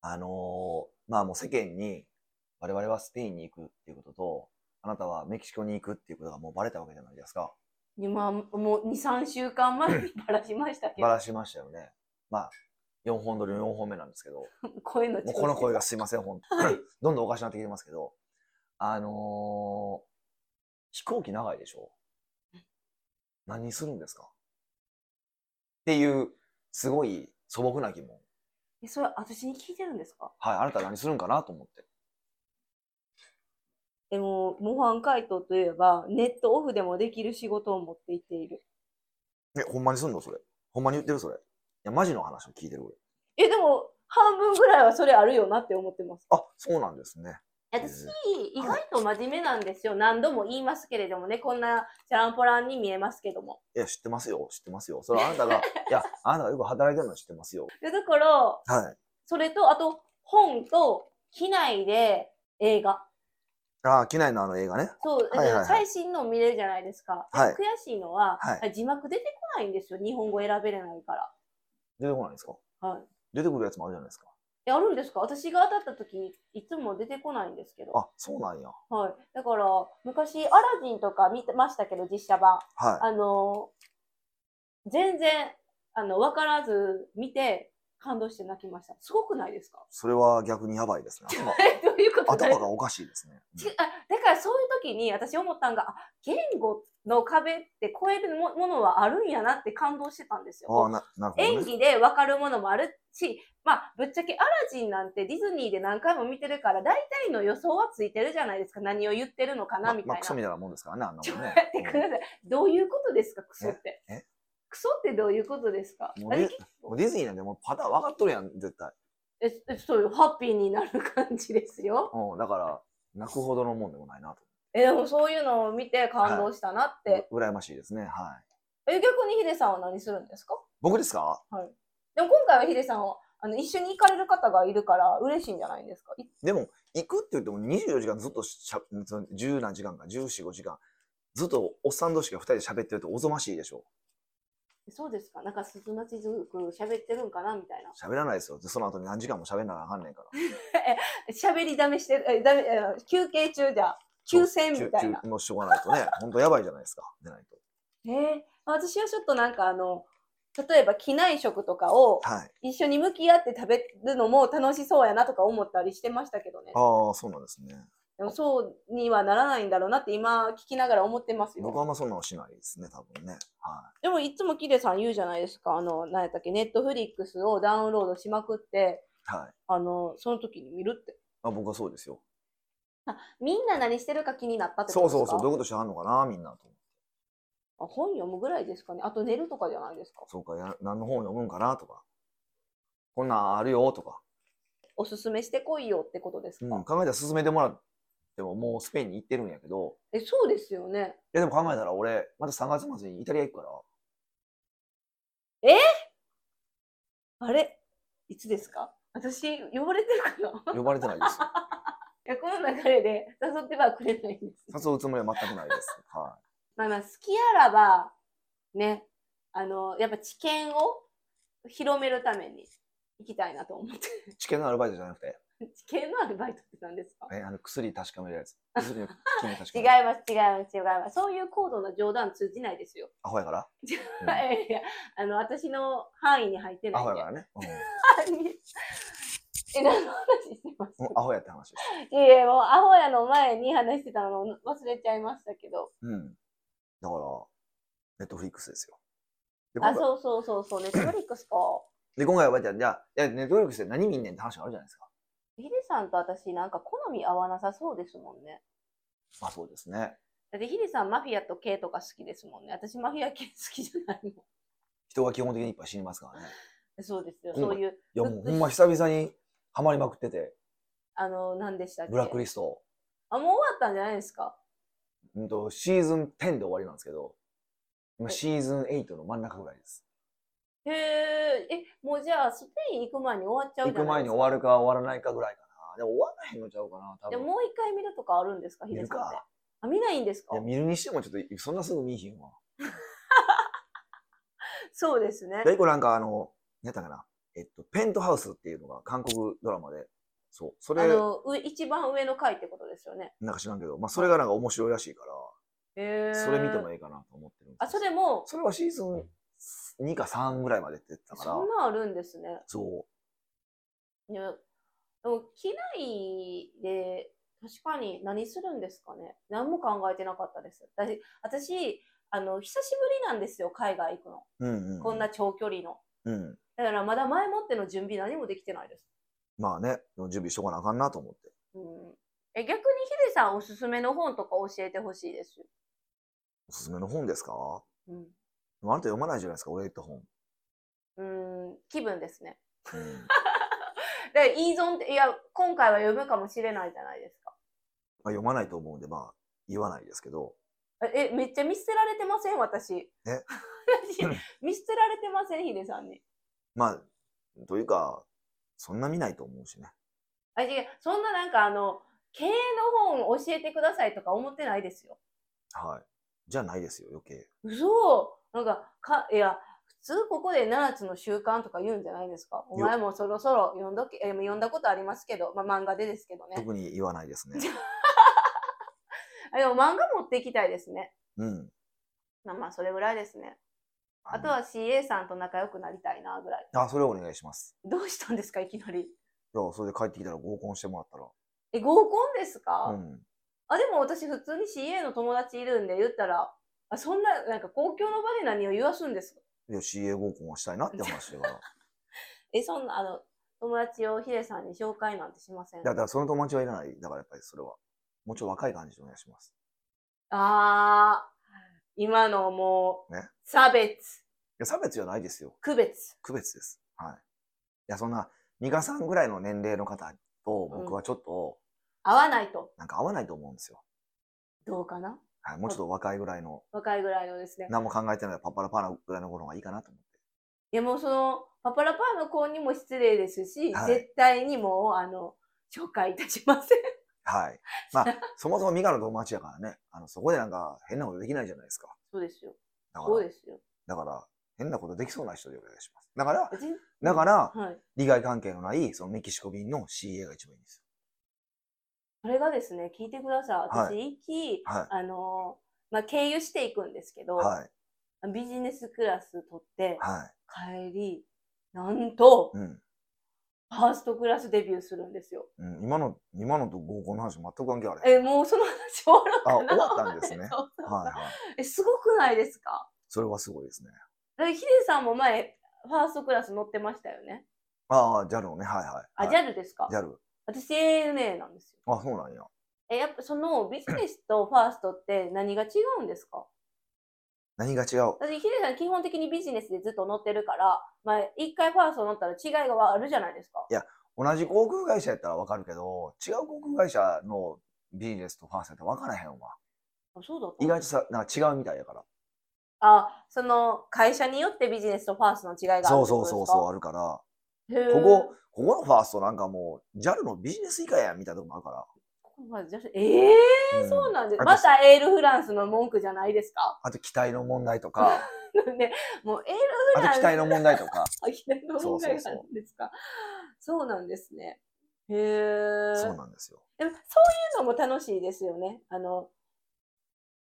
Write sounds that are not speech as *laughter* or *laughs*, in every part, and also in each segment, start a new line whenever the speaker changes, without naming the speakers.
あのーまあもう世間に、我々はスペインに行くっていうことと、あなたはメキシコに行くっていうことがもうバレたわけじゃないですか。
今、もう2、3週間前にばらしましたけ
バ
ど、
ラしましたよね。まあ、4本撮りの4本目なんですけど、も
声の調
う
子
この声がすいません、本当、 *laughs* どんどんおかしなってきてますけど、あのー飛行機長いでしょ何するんですかっていう、すごい素朴な疑問。
え、それ私に聞いてるんですか
はい、あなた何するんかなと思って。
でも、模範解答といえば、ネットオフでもできる仕事を持っていっている。
え、ほんまにすんのそれ。ほんまに言ってるそれ。いや、マジの話を聞いてる俺。
え、でも、半分ぐらいはそれあるよなって思ってます。
あ、そうなんですね。
私、意外と真面目なんですよ。何度も言いますけれどもね、こんなチャランポランに見えますけども。
いや、知ってますよ。知ってますよ。それはあなた
*laughs*
が、いや、あなたがよく働いてるのは知ってますよ。
でだから、
はい。
それと、あと、本と、機内で映画。
ああ、機内のあの映画ね。
そう、
はいはいはい
最新の見れるじゃないですか。
はい
悔しいのは、
は
字幕出てこないんですよ。日本語選べれないから。
出てこないんですか
はい。
出てくるやつもあるじゃないですか。
え、あるんですか私が当たった時、いつも出てこないんですけど。
あ、そうなんや。
はい。だから、昔、アラジンとか見てましたけど、実写版。
は
あのー全然、あの、わからず見て、感動して泣きました。すごくないですか
い。
*laughs*
それは逆にやばいですね。
えどういう *laughs* こと
頭
だ
頭がおかしいですね。
ちあだからそういう時に私思ったんが、あ言語の壁って超えるもものはあるんやなって感動してたんです
うんああ、
よ。
ななるほど、
演
ね。
技で分かるものもあるし、まあ、ぶっちゃけアラジンなんてディズニーで何回も見てるから、大体の予想はついてるじゃないですか。何を言ってるのかな、み
まあ、
たい
ク
な。
ソみたいなもんですからね、あんな
ちょっ
もん
と
ね
待ってください。どういうことですか、クソって
ええ。
クソってどういうことですか
もう
あ
ね
れ
うんもうディズニーなんてもうパターン分かっとるやん、絶対。
ええそうよ、ハッピーになる感じですよ。
うん、だから、泣くほどのもんでもないなと。
え、でもそういうのを見て感動したなって。
う羨ましいですね。はい。
え、逆にヒデさんは何するんですか
僕ですか
でも今回はヒデさんは、あの、一緒に行かれる方がいるから嬉しいんじゃないですかい
でも、行くって言っても24時間ずっとしゃ、その10何時間か、14、5時間、ずっとおっさん同士が2人で喋ってるとおぞましいでしょ。
そうですかなんか鈴町ずく喋ってるんかなみたいな。
喋らないですよ。でその後に何時間も喋らなあかんねんから。
喋りだめしてる、え、だめ、え休憩中じゃ、休戦みたいな
休。休もうしとかないとね、ほんとやばいじゃないですか、出ないと。
えー私はちょっとなんかあの、例えば機内食とかを
はい。
一緒に向き合って食べるのも楽しそうやなとか思ったりしてましたけどね。
ああ、そうなんですね。
でもそうにはならないんだろうなって今聞きながら思ってます
僕はあ
よ。
んまそんなのしないですね、多分ね。は
でもいつもキデさん言うじゃないですか。あの、何やったっけ、ネットフリックスをダウンロードしまくって、
い。はい。
あの、その時に見るって。
あ僕はそうですよ。
みんな何してるか気になったってこ
そ
と
う
ですか
そうそう、どういうことしてはんのかな、みんなと。
あ本読むぐらいですかね。あと寝るとかじゃないですか。
そうか、や何の本読むんかなとか。こんなんあるよとか。
おすすめしてこいよってことですか。
うん、考えたら進めてもらっても、もうスペインに行ってるんやけど、
え、そうですよね。
いやでも考えたら俺、また3月末にイタリア行くから、
あれいつですか私、呼ばれてるか *laughs* な
呼ばれてないですよ。
いやこの流れで誘ってはくれないんです。
誘うつもりは全くないです。は
まあまあ、好きあらば、ね、あの、やっぱ知見を広めるために行きたいなと思って。
い。知見のアルバイトじゃなくて、
知見のアルバイトって何ですか
えあの薬確かめるやつ。薬の菌確
*laughs*
か
違
める。
います、違います、違います。そういう高度な冗談通じないですよ。
アホやからうん
*laughs* いやいや、あの、私の範囲に入ってな
ア
いん
ホや
で
か。らね。
え、何の話してます
うん、うんアホやって話です。
いやいや、もうアホやの前に話してたの忘れちゃいましたけど。
うん。だから、ネットフリックスですよ。で、今
あ、
回、
そうそうそうそう、ネットフリックスか。
で今回呼ばれたら、じゃあ、いやネットフリックスで何見んねんって話があるじゃないですか。
ヒデさんと私なんか好み合わなさそうですもんね。
まあそうですね。
だってヒデさんマフィアと系とか好きですもんね。私マフィア系好きじゃないも
人が基本的にいっぱい死にますからね。
ん。 *laughs* そうですよ。
うん
そういう、
いやもうほんま久々にハマりまくってて、
あの、何でしたっけ
ブラックリスト、
あ、もう終わったんじゃないですか
うんと、シーズン10で終わりなんですけど、今
え
シーズン8の真ん中ぐらいです。
へえ、え、もうじゃあスペイン行く前に終わっちゃう
行
じゃ
く
ない
前
で
に
すか。
終わるか終わらないかぐらいかな。でも終わらへんのちゃうかな、多
で
分。
もう一回見るとかあるんですかヒ
見
デ
る
さんって
か。。
あ、見ないんです
い
か
や、見るにしてもちょっと、そんなすぐ見えひんわ。
そうですね。
で、一個なんかあの、何やったかな。えっと、ペントハウスっていうのが韓国ドラマで、そう、そ
あ
れ、
の、う一番上の階ってことですよね。
なんか知らんけど、まあ、それがなんか面白いらしいから、
へえ。
それ見てもいいかなと思ってるんです
あ、それも、
それはシーズン2か3ぐらいまでって言ってたから
そん、なあるんですね。
そう、
いや、でも機内で、確かに何するんですかね。何も考えてなかったです。私、私あの、久しぶりなんですよ、海外行くの。
うんうん、
こんな、長距離の。
うん、
だからまだ前もっての準備何もできてないです。
まあね、準備しとかなあかんなと思って。
うん、え逆にヒデさんおすすめの本とか教えてほしいですよ。
おすすめの本ですか
うん
でもあなた読まないじゃないですか、俺言った本。
うーん気分ですね。
*laughs* うん
で、依存って、いや、今回は読むかもしれないじゃないですか。
まあ、読まないと思うんで、まあ、言わないですけど、
え、えめっちゃ見捨てられてません私。
え
*laughs* 私、見捨てられてませんヒデさんに。
まあ、というか、そんな見ないと思うしね。
あ、違う、そんななんかあの、経営の本教えてくださいとか思ってないですよ。
はい。じゃないですよ、余計。
嘘なんか、か、いや、普通ここで7つの習慣とか言うんじゃないですか。お前もそろそろ読んどけ、え読んだことありますけど、まあ漫画でですけどね。
特に言わないですね。
あでも漫画持っていきたいですね。
うん。
まあまあ、それぐらいですね。あとは CA さんと仲良くなりたいな、ぐらい。
あの。あ、それをお願いします。
どうしたんですか、いきなり。
いや、それで帰ってきたら合コンしてもらった
え、合コンですか、
ら。うん。
あ、でも私普通に CA の友達いるんで言ったら、あそんな、なんか公共の場で何を言わすんですか
いや、CA 合コンはしたいなって話だ
*laughs*
から。
え、そんな、あの、友達をヒデさんに紹介なんてしません。
だから、その友達はいらない。だから、やっぱりそれは。もうちょい若い感じでお願いします。
あー、今のもう、
ね
差別、
いや、差別じゃないですよ。
区別。
区別です。はい。いや、そんな、ミカさんぐらいの年齢の方と
うん
僕はちょっと、
合わないと。
なんか合わないと思うんですよ。
どうかな
はい。もうちょっと若いぐらいの、
若いぐらいのですね。
何も考えてないパッパラパーナぐらいの頃がいいかなと思って。
いやもうその、パパラパーの子にも失礼ですし、
はい
絶対にもう、あの、紹介いたしません。 *laughs*
はい。まあ、そもそもミカの友達やからね、あの、そこでなんか変なことできないじゃないですか。
そうですよ。
だか
そう
ら、
ですよ。
だから変なことできそうな人でお願いします。だから、
別に
だから、
はい。
利害関係のない、そのメキシコ便の CA が一番いいんです
それがですね、聞いてください。私、
は
行き、
よ。は
あのーまあ、経由していくんですけど、
い。はい。
ビジネスクラス取って、
は
帰り、なんと、
い。うん。
ファーストクラスデビューするんですよ。
うん、今の、今のと合コンの話全く関係あれへん。
え、もうその話終わろう
あ、
かな。。
終わったんですね
*laughs* そうそう
はいはい。
え、すごくないですか
それはすごいですね。
だからヒデさんも前、ファーストクラス乗ってましたよね。
ああ、JAL のね、はいはい。
あ、
はい
JAL ですか
JAL。
私 ANA なんですよ。
あ、そうなんや。
え、やっぱそのビジネスとファーストって何が違うんですか
何が違う
私、ヒデさん基本的にビジネスでずっと乗ってるから、まあ、一回ファースト乗ったら違いがあるじゃないですか。
同じ航空会社やったらわかるけど、違う航空会社のビジネスとファーストやったら分からへんわ。
あそうだった
意外とさ、なんか違うみたいやから。
あ、その会社によってビジネスとファーストの違いがあるって
そ
こ
うそうそうそう、あ
う
るから。
そう。へー
ここ、ここのファーストなんかもう、JAL のビジネス以下やんみたいなとこもあるか
ここがじゃええ
ら。
ー、そうなんです。
あと
またエールフランスの文句じゃないですか。 *laughs*
あと機体の問題とか、
なんで、もうエール
あと
フラン
機
ス
体の問題とか、
*laughs* あ左の問題なんですか。そうなんですね。へえ。
そうなんですよ。
でもそういうのも楽しいですよね。あの、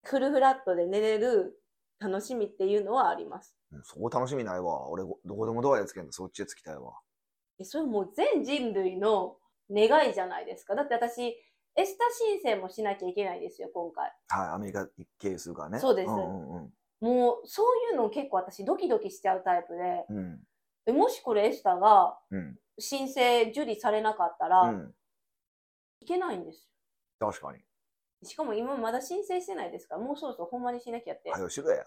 フルフラットで寝れる楽しみっていうのはあります。
うんそこ楽しみないわ。俺、どこでもドアやつけんの、そっちでつきたいわ。
えそれもう全人類の願いじゃないですか。だって私、エスタ申請もしなきゃいけないですよ、今回。
はい、アメリカ一経由するからね。
そうです
んうんうん。
もう、そういうの結構私ドキドキしちゃうタイプで
うん。
え、もしこれエスタが
うん。
申請受理されなかったら、
うん。
いけないんです
確かに。
よ。しかも今まだ申請してないですから、もうそろそろほんまにしなきゃって。
はよしろや。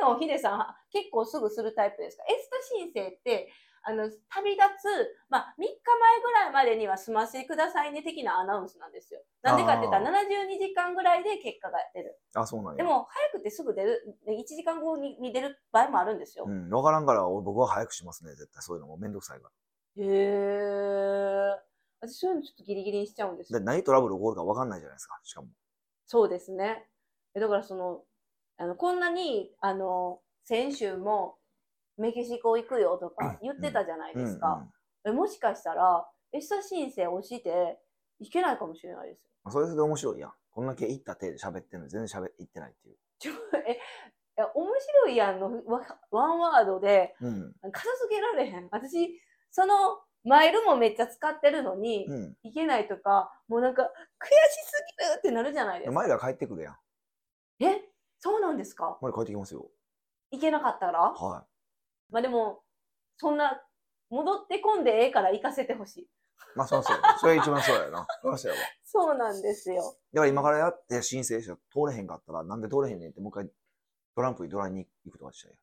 のヒデさんは結構すぐするタイプですかエスタ申請ってあの旅立つ、まあ、3日前ぐらいまでには済ませてくださいね的なアナウンスなんですよ。なんでかって言ったら72時間ぐらいで結果が出る。
あ、そうなんや。
でも早くてすぐ出る1時間後にに出る場合もあるんですよ。
うん、わからんから俺僕は早くしますね、絶対。そういうのもめんどくさいか
へー。私そういうのちょっとギリギリにしちゃうんです
ら。
よ
で、。何トラブル起こるかわかんないじゃないですか、しかも。
そうですね。えだからその、あのこんなに、あの、先週も、メキシコ行くよとか言ってたじゃないですか。えもしかしたら、エスタ申請をして、行けないかもしれないですよ。 *laughs*
うんそれで面白いやん。こんだけ行った手で喋ってんのに全然喋ってないっていう。
ちょえ、え面白いやんのわワンワードで、
うん。
片付けられへん。私、その、マイルもめっちゃ使ってるのに、
うん。
行けないとか、もうなんか、悔しすぎるってなるじゃないですか。
前が帰ってくるやん。
え、そうなんですか
前帰ってきますよ。
行けなかったら
は
まあでも、そんな、戻ってこんでええから行かせてほしい。
い。まあ、そうそう。それ一番そうやな。 *laughs* そうやわ。
そうなんですよ。
だから今からやって申請者通れへんかったら、なんで通れへんねんって、もう一回トランプにドライに行くとかしたらい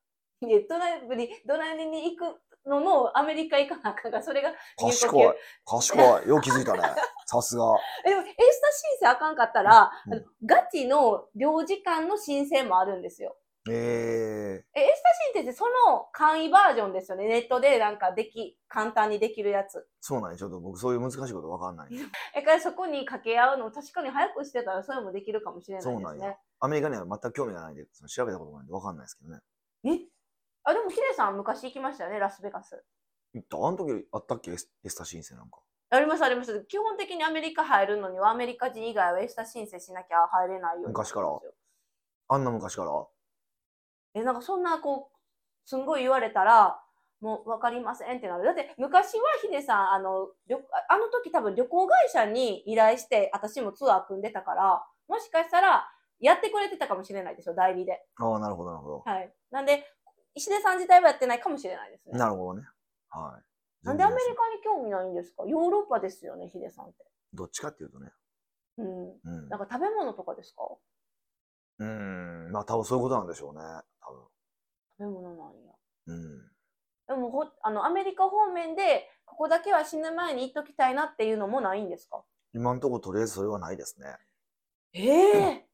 で、ドライブに、ドライに行くのもアメリカ行かなあかんが、それが、
いやん。賢い。賢い。よう気づいたね。さすが。
え *laughs* でも、エースタ申請あかんかったら、
うん
あのガチの領事館の申請もあるんですよ。
ええ
え、エースタ申請ってその簡易バージョンですよね。ネットでなんかでき、簡単にできるやつ。
そうなんや。ちょっと僕そういう難しいことわかんない。
えからそこに掛け合うの、確かに早くしてたらそれもできるかもしれない
そう
で
な
す
ん
ね
や。。アメリカには全く興味がないんで、その調べたこともないんでわかんないですけどね。
えあ、でもヒデさん昔行きましたよね、ラスベガス。
行ったあの時よりあったっけエスエスタ申請なんか。
ありますあります。基本的にアメリカ入るのにはアメリカ人以外はエスタ申請しなきゃ入れないようになってるんですよ。
昔からあんな昔から。
え、なんかそんなこう、すんごい言われたら、もう分かりませんってなる。だって昔はヒデさん、あの、旅あの時多分旅行会社に依頼して、私もツアー組んでたから、もしかしたらやってくれてたかもしれないでしょ、代理で。
ああ、なるほど、なるほど。
はい。なんで、石出さん自体はやってないかもしれないですね。
なるほどね。はい。
なんでアメリ
全
カ
然
に興味ないんですかヨーロッパですよね、ヒデさんって。
どっちかっていうとね。
うん。
うん
なん。か食べ物とかですか
うん。まあ多分そういうことなんでしょうね。
食べ物なんや。
多分。うん。
でもほ、あの、アメリカ方面で、ここだけは死ぬ前に行っときたいなっていうのもないんですか
今んところとりあえずそれはないですね。
ええ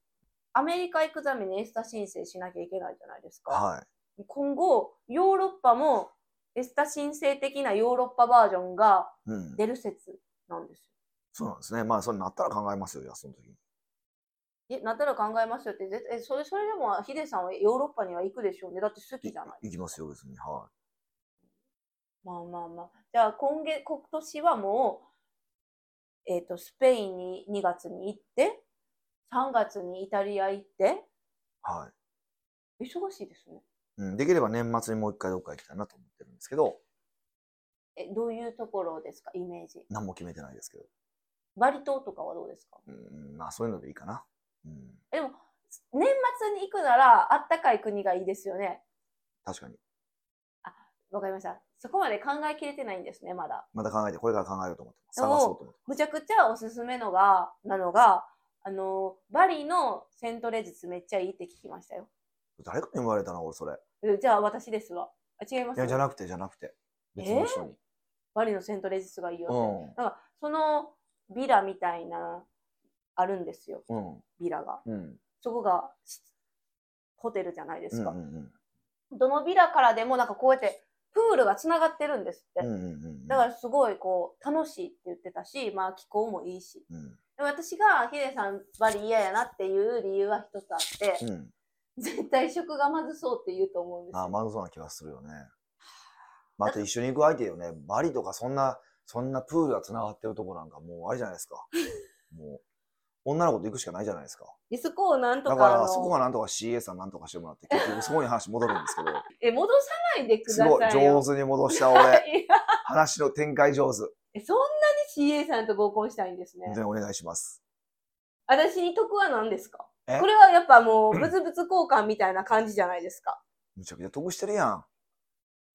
アメリカ行くためにエスタ申請しなきゃいけないじゃないですか。
はい。
今後、ヨーロッパもエスタ申請的なヨーロッパバージョンが
うん。
出る説なんです
そうなんですね。まあ、それなったら考えますよ、いやその時に。
よ。え、なったら考えますよって、絶対、えそれ、それでもヒデさんはヨーロッパには行くでしょうね。だって好きじゃない
い行きますよ、別に。は
まあまあまあ。じゃあ今月、今年はもう、えっ、と、スペインに2月に行って、3月にイタリア行って、
い。はい。
忙しいですね。
うん、できれば年末にもう一回どっか行きたいなと思ってるんですけど、
え、どういうところですかイメージ。
何も決めてないですけど。
バリ島とかはどうですか
うん、まあ、そういうのでいいかな。うん。
えでも、年末に行くなら、あったかい国がいいですよね。
確かに。
わかりました。そこまで考えきれてないんですね、まだ。
また考えて、これから考えようと思ってます。
おー
探そうと思って
むちゃくちゃおすすめのが、なのが、あの、バリのセントレジスめっちゃいいって聞きましたよ。
ます。誰かに言われたな、俺、それ。
えじゃあ私ですわ。あ違いま
い
す
や、じゃなくて、じゃなくて。別の人に。
バリのセントレジスがいいよって。
う
だから、そのビラみたいな、あるんですよ、
ん。うん。
ビラが。
うん。
そこが、しホテルじゃないで
う
す
ん。
か。
うん。
どのビラからでも、なんかこうやって、プールが繋がってるんですって。
うん。うん。うん。
だからすごいこう、楽しいって言ってたし、まあ気候もいいし。
うん。
でも私がヒデさんバリ嫌やなっていう理由は一つあって、
うん。
絶対食がまずそうって言うと思うんです
まあ、
よ。
まずそうな気がするよね。まああと一緒に行く相手よね。バリとかそんな、そんなプールが繋がってるとこなんかもうあれじゃないです
*laughs*
か。もう、女の子と行くしかないじゃないですか。
で、そこをなんと
だ
か
から
あの
そこはなんとか CA さんなんとかしても
*laughs*
らって、結局そこに話戻るんですけど、
え、戻さないで *laughs* くだ
す
さい
ご
よ。
い上
手。
手に戻した俺。
いや
話の展開上手。
*laughs* えそんなに CA さんと合コンしたいんですね。
本当にお願いします。
私に得は何ですか
え
これはやっぱもう、物々交換みたいな感じじゃないですか。
むちゃくちゃ得してるやん。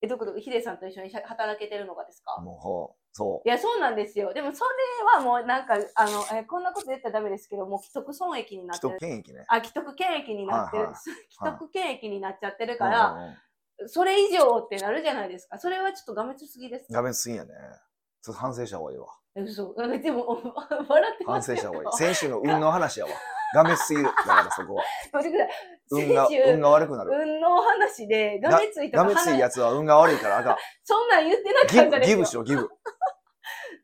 え、どこどこ、ヒデさんと一緒に働けてるのがですか
もうほう、そ
いや、そうなんですよ。でも、それはもうなんか、あの、えこんなこと言ったらダメですけど、もう既得損益に
う。
なって
人
る。
権益ね。
あ、既得権益になってる。
はいはい
既得権益になっちゃってるから、
うんうんうん、
それ以上ってなるじゃないですか。それはちょっとがめつすぎです。
ダメすぎやね。ちょっと反省した方がい
*laughs*
いわ。
え嘘。なんかでも、お笑ってま
反省
すよ
した方がいい。選手の運の話やわ。ダメすぎる。だからそこは。
待ってください。
運が、
*laughs* 先
運
週、
が悪くなる。
運の話で、がめついと
ダ
か
メつい
話
やつは運が悪いからあ
*laughs*
かん。
そんなん言って
ギ
なかった
ブ、
です
ギ
よ
ブ。しろ、ギブ。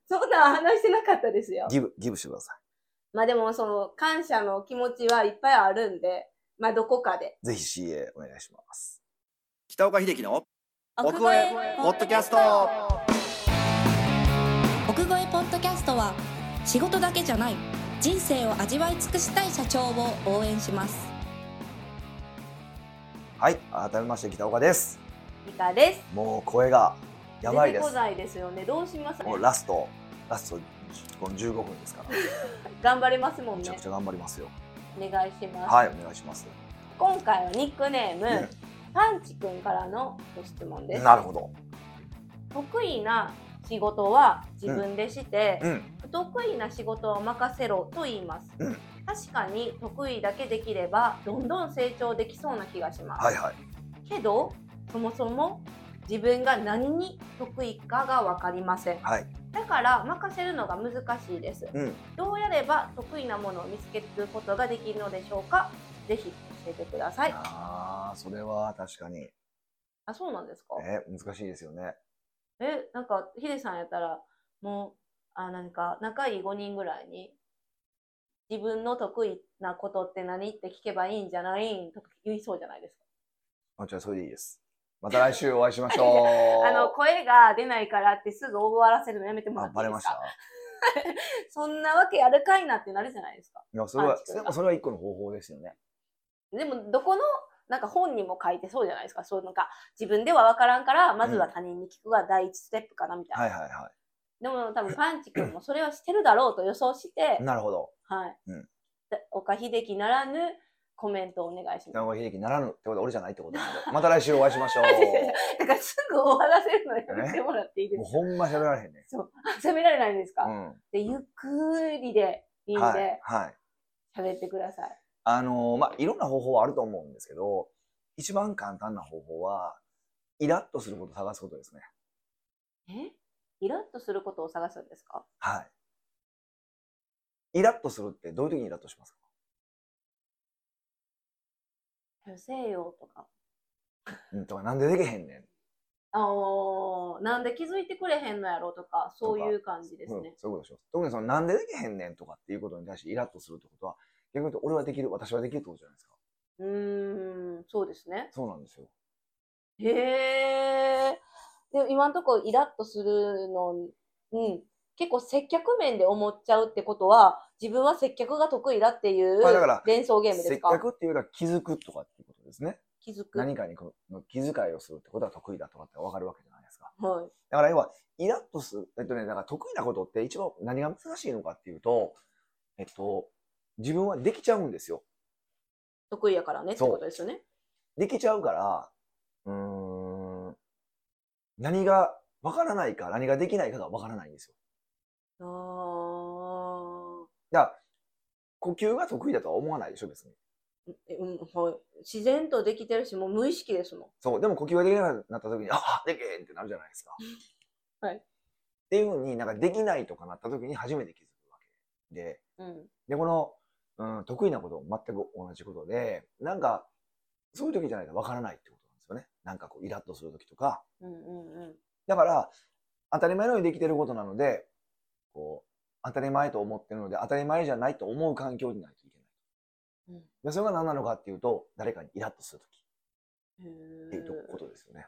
そんなん話してなかったですよ。
ギブ、ギブしてくださ
まあでも、その、感謝の気持ちはいっぱいあるんで、まあどこかで。
い。ぜひ CA お願いします。
北岡秀樹の奥越えポッドキャスト
奥越えポッドキャストは仕事だけじゃない人生を味わい尽くしたい社長を応援します
はい、改めまして北岡です。
ミカです
もう声がやばいで
出てこ
す。
ないですよねどうします
もうラスト、ラストこの15分ですから、
頑張れますもん
めちゃ
ね
くちゃ頑張りますよ。
お願いします、
はい、お願いします。
今回はニックネーム、
うん
パンチくんからのご質問です
なるほど。
得意な仕事は自分でして、
うん、
不得意な仕事は任せろと言います、
うん
確かに得意だけできればどんどん成長できそうな気がします、
はいはい。
けどそもそも自分が何に得意かが分かりません
はい。
だから任せるのが難しいです
うん。
どうやれば得意なものを見つけることができるのでしょうかぜひ教えてください
ああ、それは確かに。
あそうなんですか
え、難しいですよね。
えなんかヒデさんやったらもうあなんか仲いい5人ぐらいに自分の得意なことって何って聞けばいいんじゃないとか言いそうじゃないですか。
あ、じゃあそれでいいです。また来週お会いしま
*laughs*
しょう。
あの声が出ないからってすぐ終わらせるのやめてもら
あ
って
バ
いい
レ
で
ますした
か。。そんなわけやるかいなってなるじゃないですか。
いや、それは
パン、チ君
で
が
もそれは一個の方法ですよね。
でもどこのなんか本にも書いてそうじゃないですか。そういうのか自分では分からんからまずは他人に聞くが第一ステップかなみたいな。
はいはいは
でも多分パンチ君もそれはしてるだろうと予想して
い。、なるほど。
はい。
うん
で岡秀樹ならぬコメントをお願いし
名
ま
古秀樹ならぬってことは俺じゃないってことなんで。 *laughs* また来週お会いしま
*laughs*
しょう。
す。だからすぐ終わらせるのやめてもらっていいです
もう
か
ほんま喋られへんね。
そう。あ喋られないんですか、
う
でゆっくりでいい
ん。
ん
はい
で。
はい。
喋ってください。
あのーまあ、いろんな方法はあると思うんですけど、一番簡単な方法は、イラッとすることを探すことですね。
えイラッとすることを探すんですか
はい。イラッとするってどういう時にイラッとしますか
女性よとか。
うん、とか、なんでできへんねん。
あのーなんで気づいてくれへんのやろとか、そういう感じです
うん
ね。。
そういうことでしょ。特にその、なんでできへんねんとかっていうことに対してイラッとするってことは、逆に言うと、俺はできる、私はできるってことじゃないですか。
うーん、そうですね。
そうなんですよ。
へえ。でも今のところイラッとするのに、うん、結構接客面で思っちゃうってことは、自分は接客が得意だっていう
まあだから
連想ゲームです
接
か。
客っていうよりは気づくとかっていうことですね。
気づく。
何かにこの気遣いをするってことは得意だとかってわかるわけじゃないですか。
はい。
だから要は、イラッとする、えっとね、だから得意なことって一番何が難しいのかっていうと、えっと、自分はできちゃうんですよ。
得意やからねって
そう
ことですよね。
できちゃうから、うーん、何がわからないか、何ができないかがわからないんですよ。
あー
だから、呼吸が得意だとは思わないでしょ、別に。
えうんはい、自然とできてるし、もう無意識ですもん。
そう、でも呼吸ができなくなった時に、ああ、できへんってなるじゃないですか。
*laughs* はい
っていうふうになんかできないとかなった時に初めて気づくわけで、
うん。
で、この、うん、得意なこと、全く同じことで、なんか、そういう時じゃないとわからないってことなんですよね。なんかこう、イラッとする時とか。
うんうんうん。
だから、当たり前のようにできてることなので、こう、当たり前と思ってるので、当たり前じゃないと思う環境にないといけない。
うん
でそれが何なのかっていうと、誰かにイラッとするときっ
へ
ていうと
ー
ことですよね。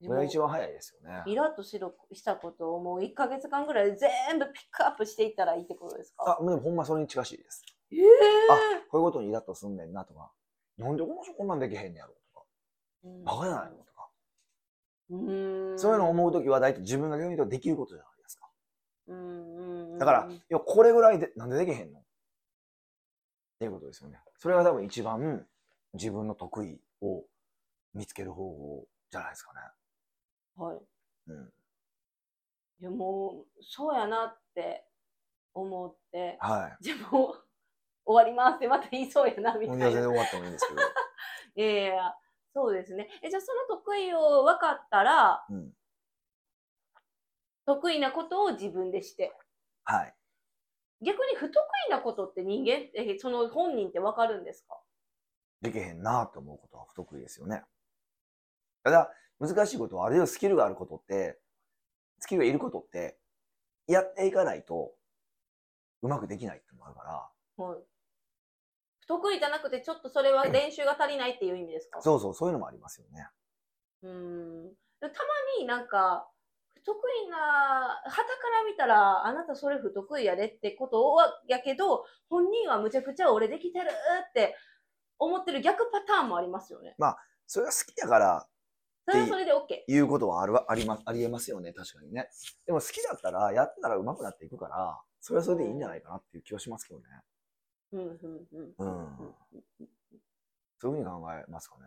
で
それが
も
一番早いですよね。
イラッとしろしたことをもう1ヶ月間ぐらいで全部ピックアップしていったらいいってことですか
あ、でもほんまそれに近しいです。
え
あ、こういうことにイラッとすんねんなとか、なんでこの人こんなんできへんねやろとか、
えー。
バカじゃないのとか、
うん。
そういうのを思うときは大体自分が逆に言うとできることじゃないですか。
うんうんうん
だから、いや、これぐらいで、なんでできへんのっていうことですよね。それが多分一番自分の得意を見つける方法じゃないですか
はい。
ね。うん。
いやもう、そうやなって思って、
は
じゃあもう、終わりますってまた言いそうやな、み
い。
た
も
い
いや
うな。い
全然終わってもいいんですけど。
やいや、そうですね。え、じゃあその得意を分かったら、
うん。
得意なことを自分でして。
はい。
逆に不得意なことって人間って、その本人って分かるんですか
できへんなと思うことは不得意ですよね。ただ、難しいことは、あるいはスキルがあることって、スキルがいることって、やっていかないと、うまくできないってのもあるから、
はい。不得意じゃなくて、ちょっとそれは練習が足りないっていう意味ですか
そうそう、そういうのもありますよね。
うん。たまになんか、不得意な、旗から見たら、あなたそれ不得意やでってことは、やけど、本人はむちゃくちゃ俺できてるって思ってる逆パターンもありますよね。
それが好きだから
それはそれで OK。
いうことはあるわありまありえますよね、確かにね。でも好きだったら、やってたら上手くなっていくから、それはそれでいいんじゃないかなっていう気はしますけどね。
うん、うん、
う
うんん。
そういうふうに考えますかね。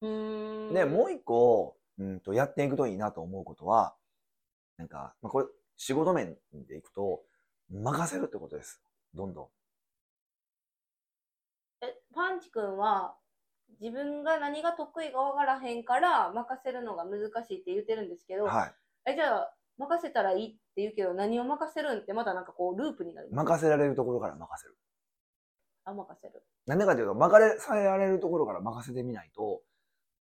うーん。
で、もう一個、うんと、やっていくといいなと思うことは、なんか、まあ、これ、仕事面でいくと、任せるってことです。どんどん。
えパンチ君は自分が何が得意か分からへんから任せるのが難しいって言ってるんですけど、
はい。
えじゃあ任せたらいいって言うけど何を任せるんってまたなんかこうループになる、
任せられるところから任せる。
あ任せる
なんでかというと、任されられるところから任せてみないと、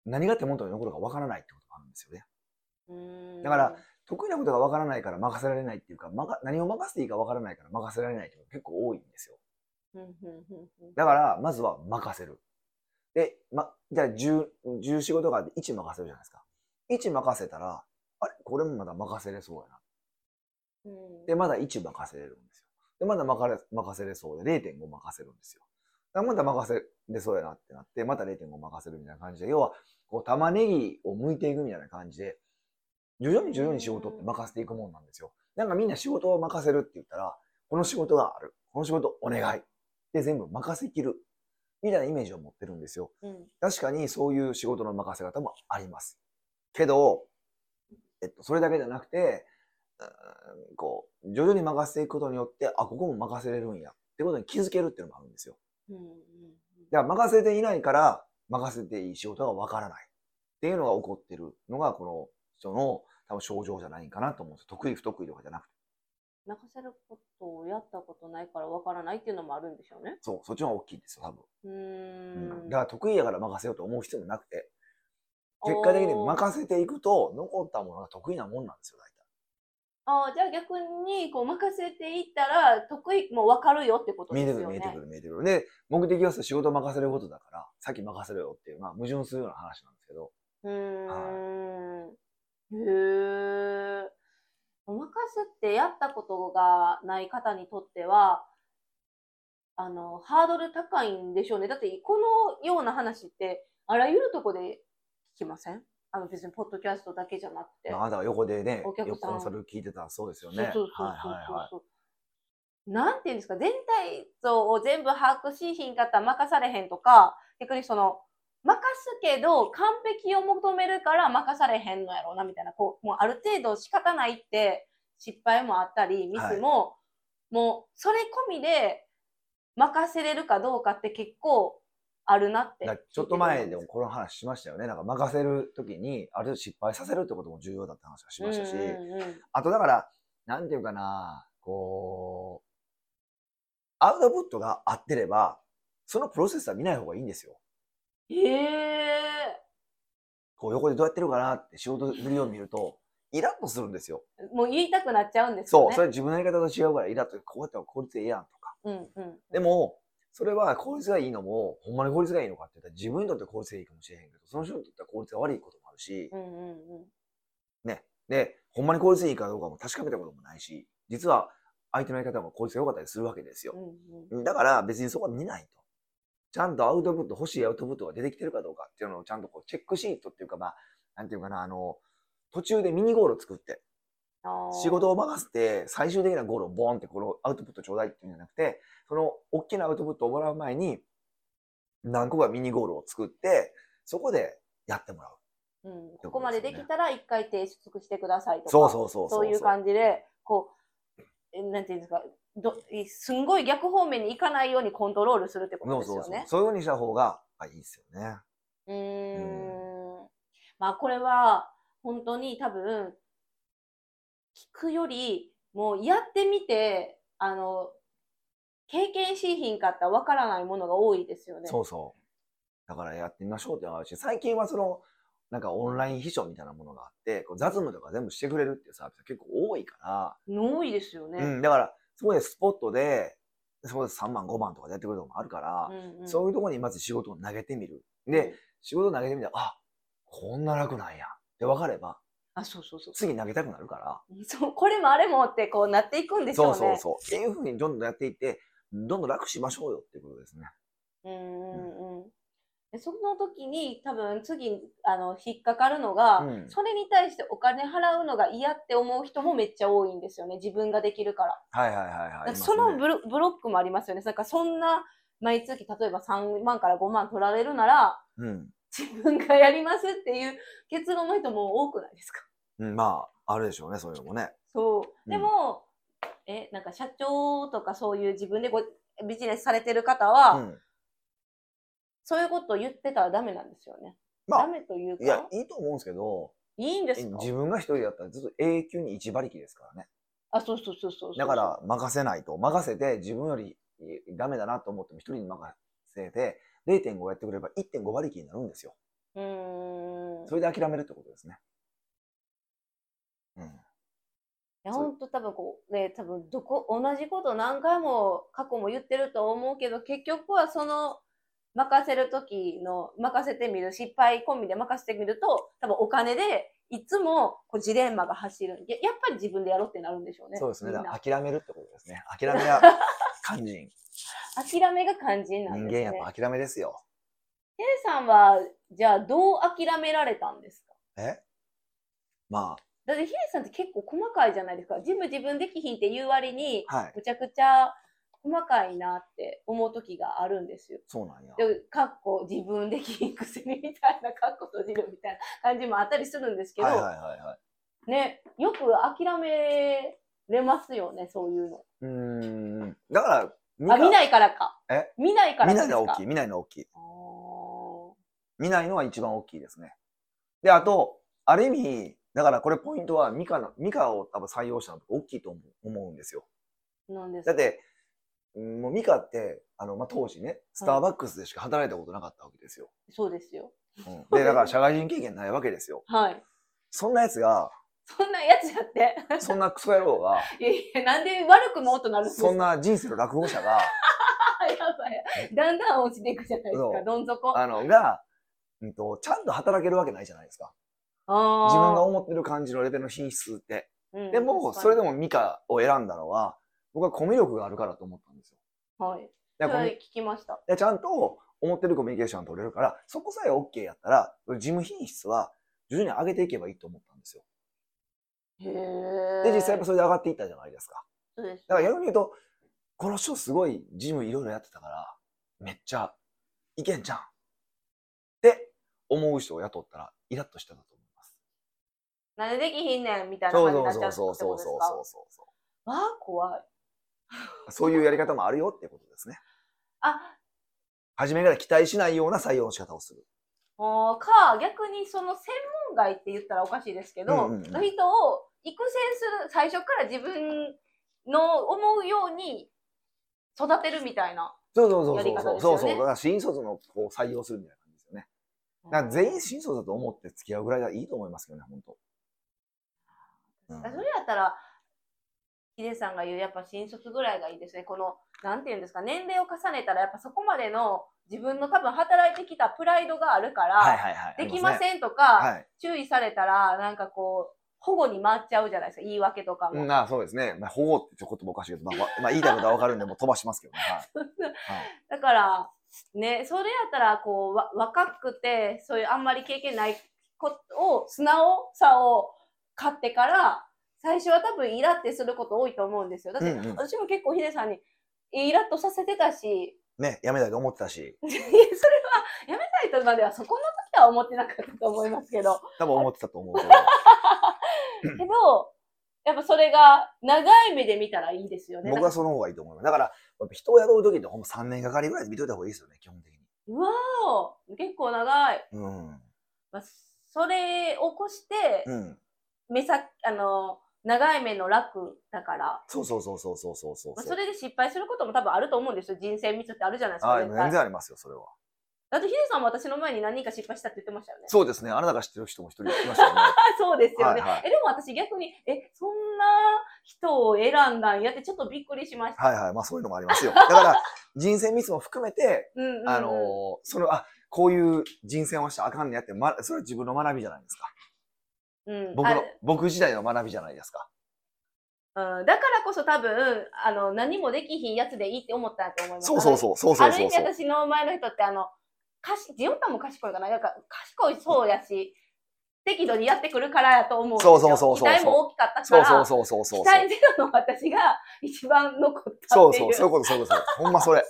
何が手元に残るかわからないってことがあるんですよね。
うーん
だから得意なことがわからないから任せられないっていうか、まか何を任せていいかわからないから任せられないってこと結構多いんですよ。
うんうんうんうん
だから、まずは任せる。で、ま、じゃあ10、10仕事があって1任せるじゃないですか。1任せたら、あれこれもまだ任せれそうやな。
うん
で、まだ1任せれるんですよ。で、まだ任せ任せれそうで0.5任せるんですよ。だからまだ任せれそうやなってなって、また0.5任せるみたいな感じで、要は、こう、玉ねぎを剥いていくみたいな感じで、徐々に徐々に仕事って任せていくもんなんですよ。なんかみんな仕事を任せるって言ったら、この仕事がある。この仕事お願い。で、全部任せきる。みたいなイメージを持ってるんですよ。
うん
確かにそういう仕事の任せ方もあります。けど、えっと、それだけじゃなくて、うーんこう、徐々に任せていくことによって、あ、ここも任せれるんやってことに気づけるっていうのもあるんですよ。
うんうん
だから任せていないから、任せていい仕事がわからないっていうのが起こってるのが、この人の多分症状じゃないかなと思うんですよ。得意不得意とかじゃなくて。
任せることをやったことないから分からないっていうのもあるんでしょうね
そう、そっちの方が大きいんですよ、多分。
うー
うん
ん
だから得意やから任せようと思う必要もなくて、結果的に
おー
任せていくと、残ったものが得意なもんなんですよ、大体。
あーじゃあ逆にこう任せていったら得意もう分かるよってこと
見え
で
て
す
くる
よ
見
ね
えてくる見えてくる。で、目的はさ仕事を任せることだから、さっき任せろよっていう、まあ矛盾するような話なんですけど、
うーん。へえ。お任せってやったことがない方にとっては、あの、ハードル高いんでしょうね。だって、このような話って、あらゆるとこで聞きませんあの、別にポッドキャストだけじゃなくて。
まあ、あなたが横でね、
お客さん
よくコンサル聞いてたらそうですよ
そう
ね。
そうそう
はいはいはい。
そうそう。なんていうんですか、全体像を全部把握しひんかったら任されへんとか、逆にその、任すけど完璧を求めるから任されへんのやろうなみたいな、こう、もうある程度仕方ないって失敗もあったり、ミスも、もうそれ込みで任せれるかどうかって結構あるなって。
だからちょっと前でもこの話しましたよね。なんか任せるときに、ある程度失敗させるってことも重要だって話はしましたし、
うんうんうん
あとだから、なんていうかな、こう、アウトプットが合ってれば、そのプロセスは見ない方がいいんですよ。
へえ。
こう横でどうやってるかなって仕事ぶりを見ると、イラッとするんですよ。
もう言いたくなっちゃうんです
そ
よ
う、
ね。
それ自分のやり方と違うからイラッと、こうやったら効率ええやんとか。
うんうん。
でも、それは効率がいいのも、ほんまに効率がいいのかって言ったら、自分にとっては効率がいいかもしれへんけど、その人にとっては効率が悪いこともあるし
う、んうんうん。
で、ほんまに効率いいかどうかも確かめたこともないし、実は相手のやり方も効率が良かったりするわけですよ
う。んうん
だから別にそこは見ないと。ちゃんとアウトプット、欲しいアウトプットが出てきてるかどうかっていうのをちゃんとこうチェックシートっていうか、まあ、なんていうかな、あの、途中でミニゴール作って、
あー
仕事を任せて最終的なゴールをボーンってこのアウトプットちょうだいっていうんじゃなくてその大きなアウトプットをもらう前に何個かミニゴールを作ってそこでやってもらう
うん、こ
と
こまでできたら一回提出してくださいとか
そう
う
そうそう
いう感じでこうえなんていうんですかどすんごい逆方面に行かないようにコントロールするってこ
そ
と
う
です
そう
よ
そう
ね。
そういうふうにした方があいいですよね
うーんまあこれは本当に多分聞くよりもうやってみてあの経験しひんかったらわからないものが多いですよね。
そうそうだからやってみましょうっていうのがあるし最近はそのなんかオンライン秘書みたいなものがあってこう雑務とか全部してくれるっていうサービスが結構多いから
多いですよね。
うん、だから、そこでスポットで、そこで3万、5万とかでやってくるとこもあるから、
うんうん
そういうところにまず仕事を投げてみる。で、仕事を投げてみたら、あ、こんな楽なんや。って分かれば、
あ、そうそうそう。
次投げたくなるから、
そう、これもあれもってこうなっていくんでしょう
そ
ね。
うそうそう。っていうふうにどんどんやっていって、どんどん楽しましょうよっていうことですね。
うんうんうんでその時に多分次あの引っかかるのが、
うん
それに対してお金払うのが嫌って思う人もめっちゃ多いんですよね自分ができるから
はいはいはい
な
は
ん
い。
かその
分、
ブロブロックもありますよねなんかそんな毎月例えば3万から5万取られるなら
うん。
自分がやりますっていう結論の人も多くないですか
うん、まあ、あるでしょうね、そういうのもね。
そう。
うん
でも、え、なんか社長とかそういう自分でごビジネスされてる方は、
うん。
そういうことを言ってたらダメなんですよね。
まあ
ダメという
いや
か、、
いいと思うんですけど、
いいんで
え
すか
自分が一人だったらずっと永久に一馬力ですからね。
あ、そうそうそうそうそう。
だから、任せないと。任せて、自分よりえダメだなと思っても一人に任せて、0.5やってくれば1.5馬力になるんですよ。
うーん。い
それで諦めるってことですね。うん。
や、
そう
ほんと多分こう、ね、多分どこ、同じこと何回も過去も言ってると思うけど、結局はその、任せる時の、任せてみる、失敗込みで任せてみると、多分お金で、いつもこうジレンマが走る。ややっぱり自分でやろうってなるんでしょうね。
そうですね。
み
だ
ん
か
な
ら諦めるってことです
*laughs*
ね。諦めは肝心。
諦めが肝心なん
人
です
間
ね。
やっぱ諦めですよ。
K さんは、じゃあどう諦められたんですか
えま
だってヒデさんって結構細かいじゃないですか。全部自分できひんって言う割に、
あ、はい。
むちゃくちゃ細かいなって思う時があるんですよ。
そうなんや。
で、かっこ自分できひんくせにみたいな、かっこ閉じるみたいな感じもあったりするんですけど、
はいはいはいはい。
ね、よく諦めれますよね、そういうの。
うーん。だから、見
あ、見ないいからか。
え
見ないか
見
ら
な
です
い
か
のは大きい。見ないのは大きい。
あー
見ないのは一番大きいですね。で、あと、ある意味、だからこれポイントはミカの、ミカを多分採用したのと大きいと思う思うんですよ。
なんですか
だって、うんもうミカって、あの、まあ、当時ね、スターバックスでしか働いたことなかったわけですよ。
そうですよ。
うんで、だから社会人経験ないわけですよ。
はい。
そんな奴が、
そんなやつやって。 *laughs*
そんなクソ野郎が、
いやいや、なんで悪くもっとなるんですか
そんな人生の落語者が、
あやばい。だんだん落ちていくじゃないです
そ
か、
う
どん底。
あの、が、うんと、ちゃんと働けるわけないじゃないですか。自
自
分が思ってる感じのレベルの品質って。
分
でも、それ
で
でもミカを選んだのは、僕はコミュ力があるからと思ったんですよ。
も。はい。
だから
は
コミ
い、聞きました。
でちゃんと思ってるコミュニケーション取れるから、そこさえ OK やったら、事務品質は徐々に上げていけばいいと思ったんですよ。
へえ。
で、実際やっぱそれで上がっていったじゃないですか。
そうです。
だから逆に言うと、この人すごい事務いろいろやってたから、めっちゃいけんじゃんって思う人を雇ったら、イラッとしたんだと思います。
なんでできひんねんみたいな
そう
感じに
そう
なっちゃう
そう
ってこ
そ
と
う
ですか。
そうそうそうそうそ
わあ、怖い。
う。そういうやり方もあるよってことですね。
あ、
初めから期待しないような採用の仕方をする。
もうか、逆にその専門外って言ったらおかしいですけど、
うんうんうん
の人を育成する、最初から自分の思うように育てるみたいな。
そうそうそう
やり方
そう。
ですよ
そ
ね
うそう。だから新卒のこう採用するみたいな感じですよね。だから全員新卒だと思って付き合うぐらいがいいと思いますけどね、本当。うん
あそれやったら、ヒデさんが言う、やっぱ新卒ぐらいがいいですね。この、なんていうんですか、年齢を重ねたら、やっぱそこまでの自分の多分働いてきたプライドがあるから、
はいはいはい。
できま
ん。
せんとか、
はい。
注意されたら、なんかこう、保護に回っちゃうじゃないですか、言い訳とかも。
うん、あそうですね。まあ、保護ってちょっとおかしいけど、まあわ、 *laughs* まあ、言いたいことはわかるんで、もう飛ばしますけどね。はい。
だから、ね、それやったら、こう、わ若くて、そういうあんまり経験ないことを、素直さを買ってから、最初は多分イラってすること多いと思うんですよ。だって、
うんうん
私も結構ヒデさんに、イラッとさせてたし、 *laughs*
ね、やめたいと思ってたし、
いやそれはやめたいとまではそこの時は思ってなかったと思いますけど、
多分思ってたと思うけど。
けど、やっぱそれが長い目で見たらいいですよね。
僕はその方がいいと思います。だから、やっぱ人を雇う時ってほんま3年がかりぐらいで見といた方がいいですよね、基本的に。
うわー結構長い。
うん。
まあそれを起こして、
うん。
目先、あの、長い目の楽だから、
そうそうそうそうそうそうそう。
まあそれで失敗することも多分あると思うんですよ。人生ミスってあるじゃないですか。
はい、
絶対
全然ありますよ、それは。
だってヒデさんも私の前に何人か失敗したって言ってましたよね。
そうですね、あなたが知ってる人も一人いましたよね。 *laughs*
あ *laughs* そうですよね、
はいはい
え。でも私逆に、え、そんな人を選んだんやってちょっとびっくりしました。
はいはい、まあそういうのもありますよ。だから、人生ミスも含めて、
うんうんうん
あのーその、あ、こういう人選をしてあかんねやって、ま、それは自分の学びじゃないですか。
うん、
僕
あ
の、僕時代の学びじゃないですか。
うん、だからこそ多分あの何もできひんやつでいいって思ったんやと思います
そうそうそう、そうそ
あ
う
る
そ
意
う
味
そう。
私の前の人ってあのかしジオンタも賢いかななんか賢いそうやし適度にやってくるからやと思うんですよ
そうそうそうそうそう
期待も大きかったか
そう
ら
そうそうそうそう。
期待ゼロの私が一番残ったっていう
そうそう、そういうこと、そういうこと。ほんまそれ。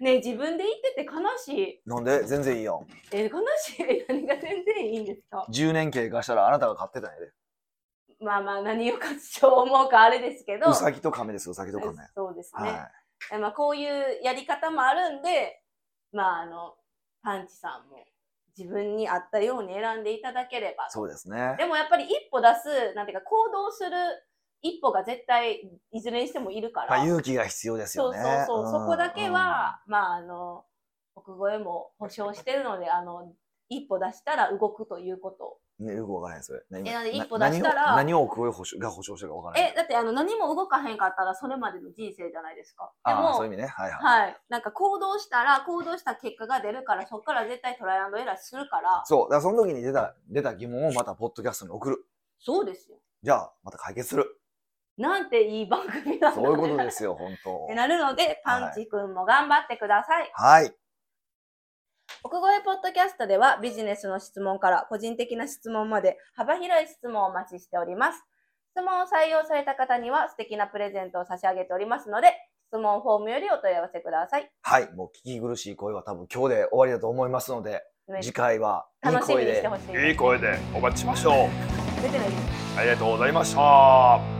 ね自分で言ってて悲しい
なんで全然いいよ。
え悲しい何が全然いいんですか
10年経過したらあなたが買ってたんやで。
まあまあ何を勝ちと思うかあれですけど
うさぎと亀です、うさぎと亀。
そうですね、
は
えまあ、こういうやり方もあるんで、まあ、あの、パンチさんも自分に合ったように選んでいただければ
い。
と。
そうですね。
でもやっぱり一歩出す、なんていうか、行動する一歩が絶対、いずれにしてもいるから。
まあ、勇気が必要です
そ
よ
う
ね。
そうそう、
ん
そこだけは、まあ、あの、奥越えも保証してるので、あの、一歩出したら動くということ。
うんね、よくわからないですよ。ね
えなんで
今
一歩出したら
何を何を奥へ保証が保証してるかわからない。
え、だってあの、何も動かへんかったら、それまでの人生じゃないですか。で
ああ、
も
そういう意味ね。はいはい。
はい、なんか行動したら行動した結果が出るからそこから絶対トライアンドエラーするから
そう。だからその時に出た、出た疑問をまたポッドキャストに送る。
そうですよ
じゃあ、また解決する。
なんていい番組なんだ
そういうことですよ、本当
ってなるのでパンチくんも頑張ってください、
はい。
奥越ポッドキャストではビジネスの質問から個人的な質問まで幅広い質問をお待ちしております質問を採用された方には素敵なプレゼントを差し上げておりますので質問フォームよりお問い合わせください
はい。もう聞き苦しい声は多分今日で終わりだと思いますので、次回はいい
楽しみ
声
にし
で
てほしい
いい声でお待ちしましょう。
出てないです
ありがとうございました。